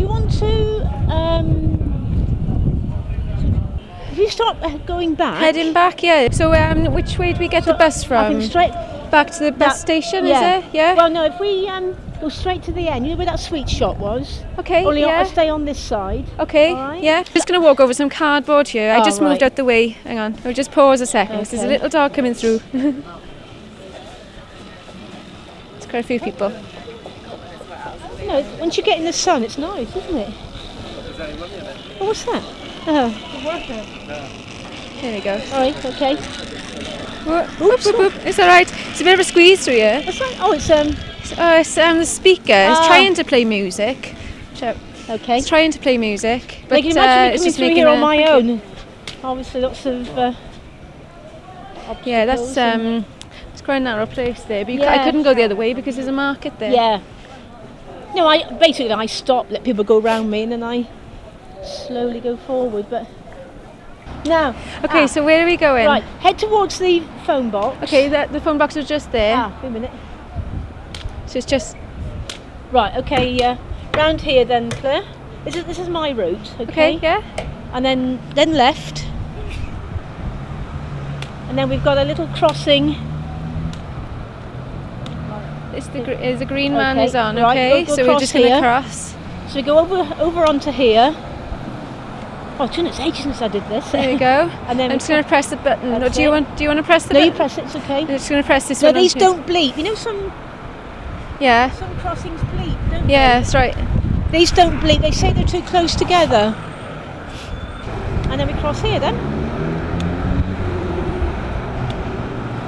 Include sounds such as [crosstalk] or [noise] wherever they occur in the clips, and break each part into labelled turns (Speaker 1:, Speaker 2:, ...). Speaker 1: want to? Um, if you start uh, going back,
Speaker 2: Heading back, yeah. So um, which way do we get
Speaker 1: So,
Speaker 2: the bus
Speaker 1: I
Speaker 2: from?
Speaker 1: think straight.
Speaker 2: back to the bus
Speaker 1: that-
Speaker 2: station,
Speaker 1: yeah.
Speaker 2: is it? Yeah.
Speaker 1: Well, no. If we um, go straight to the end, you know where that sweet shop was.
Speaker 2: okay.
Speaker 1: Only
Speaker 2: yeah.
Speaker 1: I stay on this side.
Speaker 2: Okay,
Speaker 1: Alright.
Speaker 2: yeah. Just going to walk over some cardboard here. I
Speaker 1: Oh,
Speaker 2: just moved
Speaker 1: right.
Speaker 2: out the way. Hang on. We'll just pause a second 'cause there's a
Speaker 1: Okay.
Speaker 2: little dog coming through. [laughs] It's quite a few people.
Speaker 1: You know, once you get in the sun, it's nice, isn't it? Oh, what's that? Oh,
Speaker 2: There we go.
Speaker 1: all right, okay.
Speaker 2: Whoop, Whoop, whoop, whoop. It's all right. It's a bit of a squeeze through here.
Speaker 1: What's that? Oh, it's um.
Speaker 2: Oh, it's um, the speaker. It's
Speaker 1: Ah.
Speaker 2: trying to play music. So
Speaker 1: Okay.
Speaker 2: It's trying to play music, but
Speaker 1: Like, you imagine
Speaker 2: uh,
Speaker 1: me
Speaker 2: it's
Speaker 1: coming
Speaker 2: just
Speaker 1: through
Speaker 2: making
Speaker 1: here on
Speaker 2: a-
Speaker 1: my own. Obviously, lots of. Uh,
Speaker 2: Yeah, that's
Speaker 1: obstacles and-
Speaker 2: um, it's quite a narrow place there. But you ca- I
Speaker 1: Yeah.
Speaker 2: couldn't go the other way because there's a market there.
Speaker 1: Yeah. No, I basically I stop, let people go round me, and then I slowly go forward. But now,
Speaker 2: Okay,
Speaker 1: ah,
Speaker 2: so where are we going?
Speaker 1: right, head towards the phone box.
Speaker 2: Okay, that, the phone box was just there.
Speaker 1: Ah, wait a minute.
Speaker 2: So it's just
Speaker 1: Right. Okay. Uh, round here then, Claire. This is this is my route.
Speaker 2: okay.
Speaker 1: Okay.
Speaker 2: Yeah.
Speaker 1: And then then left. And then we've got a little crossing.
Speaker 2: It's the gr- is the green man
Speaker 1: Okay,
Speaker 2: is on.
Speaker 1: right,
Speaker 2: Okay,
Speaker 1: we'll go
Speaker 2: so we're
Speaker 1: across
Speaker 2: just gonna
Speaker 1: here.
Speaker 2: cross.
Speaker 1: So we go over over onto here. Oh, do you know, it's ages since I did this.
Speaker 2: There
Speaker 1: [laughs]
Speaker 2: we go.
Speaker 1: and then
Speaker 2: I'm
Speaker 1: we
Speaker 2: just gonna press the button. No,
Speaker 1: That's
Speaker 2: do you
Speaker 1: it.
Speaker 2: want do you want to press the
Speaker 1: no, you
Speaker 2: button?
Speaker 1: press it. It's okay.
Speaker 2: I'm just gonna press this
Speaker 1: So
Speaker 2: one.
Speaker 1: these
Speaker 2: onto-
Speaker 1: don't bleep. You know, some
Speaker 2: Yeah.
Speaker 1: some crossings bleep, don't
Speaker 2: Yeah, that's right.
Speaker 1: they? These don't bleep. They say they're too close together. And then we cross here. Then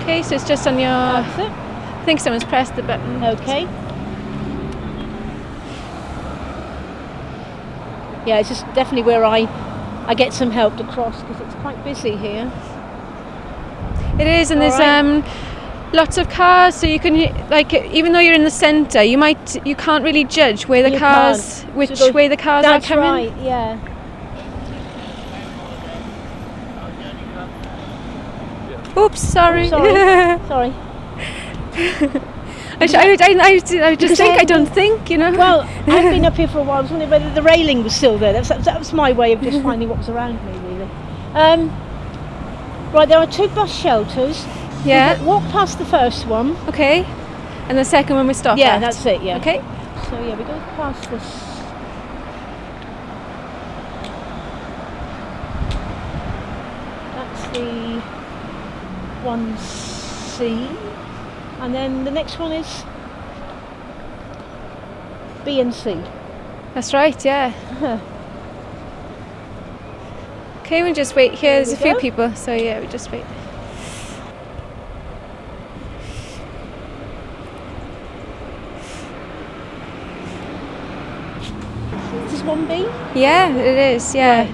Speaker 2: Okay, so it's just on your. I
Speaker 1: that's it.
Speaker 2: think someone's pressed the button.
Speaker 1: Okay. Yeah, it's just definitely where I I get some help to cross because it's quite busy here.
Speaker 2: It is, and
Speaker 1: All
Speaker 2: there's
Speaker 1: right.
Speaker 2: um, lots of cars, so you can like even though you're in the centre, you might you can't really judge where the
Speaker 1: You
Speaker 2: cars
Speaker 1: can't.
Speaker 2: which
Speaker 1: So those-
Speaker 2: way the cars
Speaker 1: that's
Speaker 2: are
Speaker 1: right.
Speaker 2: coming.
Speaker 1: Yeah.
Speaker 2: Oops, sorry. [laughs]
Speaker 1: Sorry. Sorry.
Speaker 2: I, sh- I, would- I, I, would- I would just
Speaker 1: Because
Speaker 2: think
Speaker 1: I-
Speaker 2: I don't think, you know.
Speaker 1: Well, I've been up here for a while. I was wondering whether the railing was still there. That's, that was my way of just finding what was around me, really. Um, right, there are two bus shelters. We
Speaker 2: [laughs] yeah.
Speaker 1: wa- Walk past the first one.
Speaker 2: Okay. And the second one we stop
Speaker 1: yeah,
Speaker 2: at.
Speaker 1: that's it. Yeah.
Speaker 2: Okay.
Speaker 1: So yeah, we go past this. That's the one C, and then the next one is B and C.
Speaker 2: That's right. Yeah.
Speaker 1: [laughs]
Speaker 2: okay, we just wait here.
Speaker 1: There
Speaker 2: There's
Speaker 1: we
Speaker 2: a few
Speaker 1: go.
Speaker 2: people, so yeah, we just wait.
Speaker 1: This is one B.
Speaker 2: Yeah, it is. Yeah.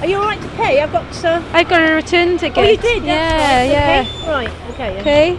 Speaker 1: Are you all right to pay? I've got. Uh,
Speaker 2: I've got a return ticket.
Speaker 1: oh, you did. That's
Speaker 2: Yeah.
Speaker 1: right.
Speaker 2: yeah.
Speaker 1: Okay. Right. Okay. yeah.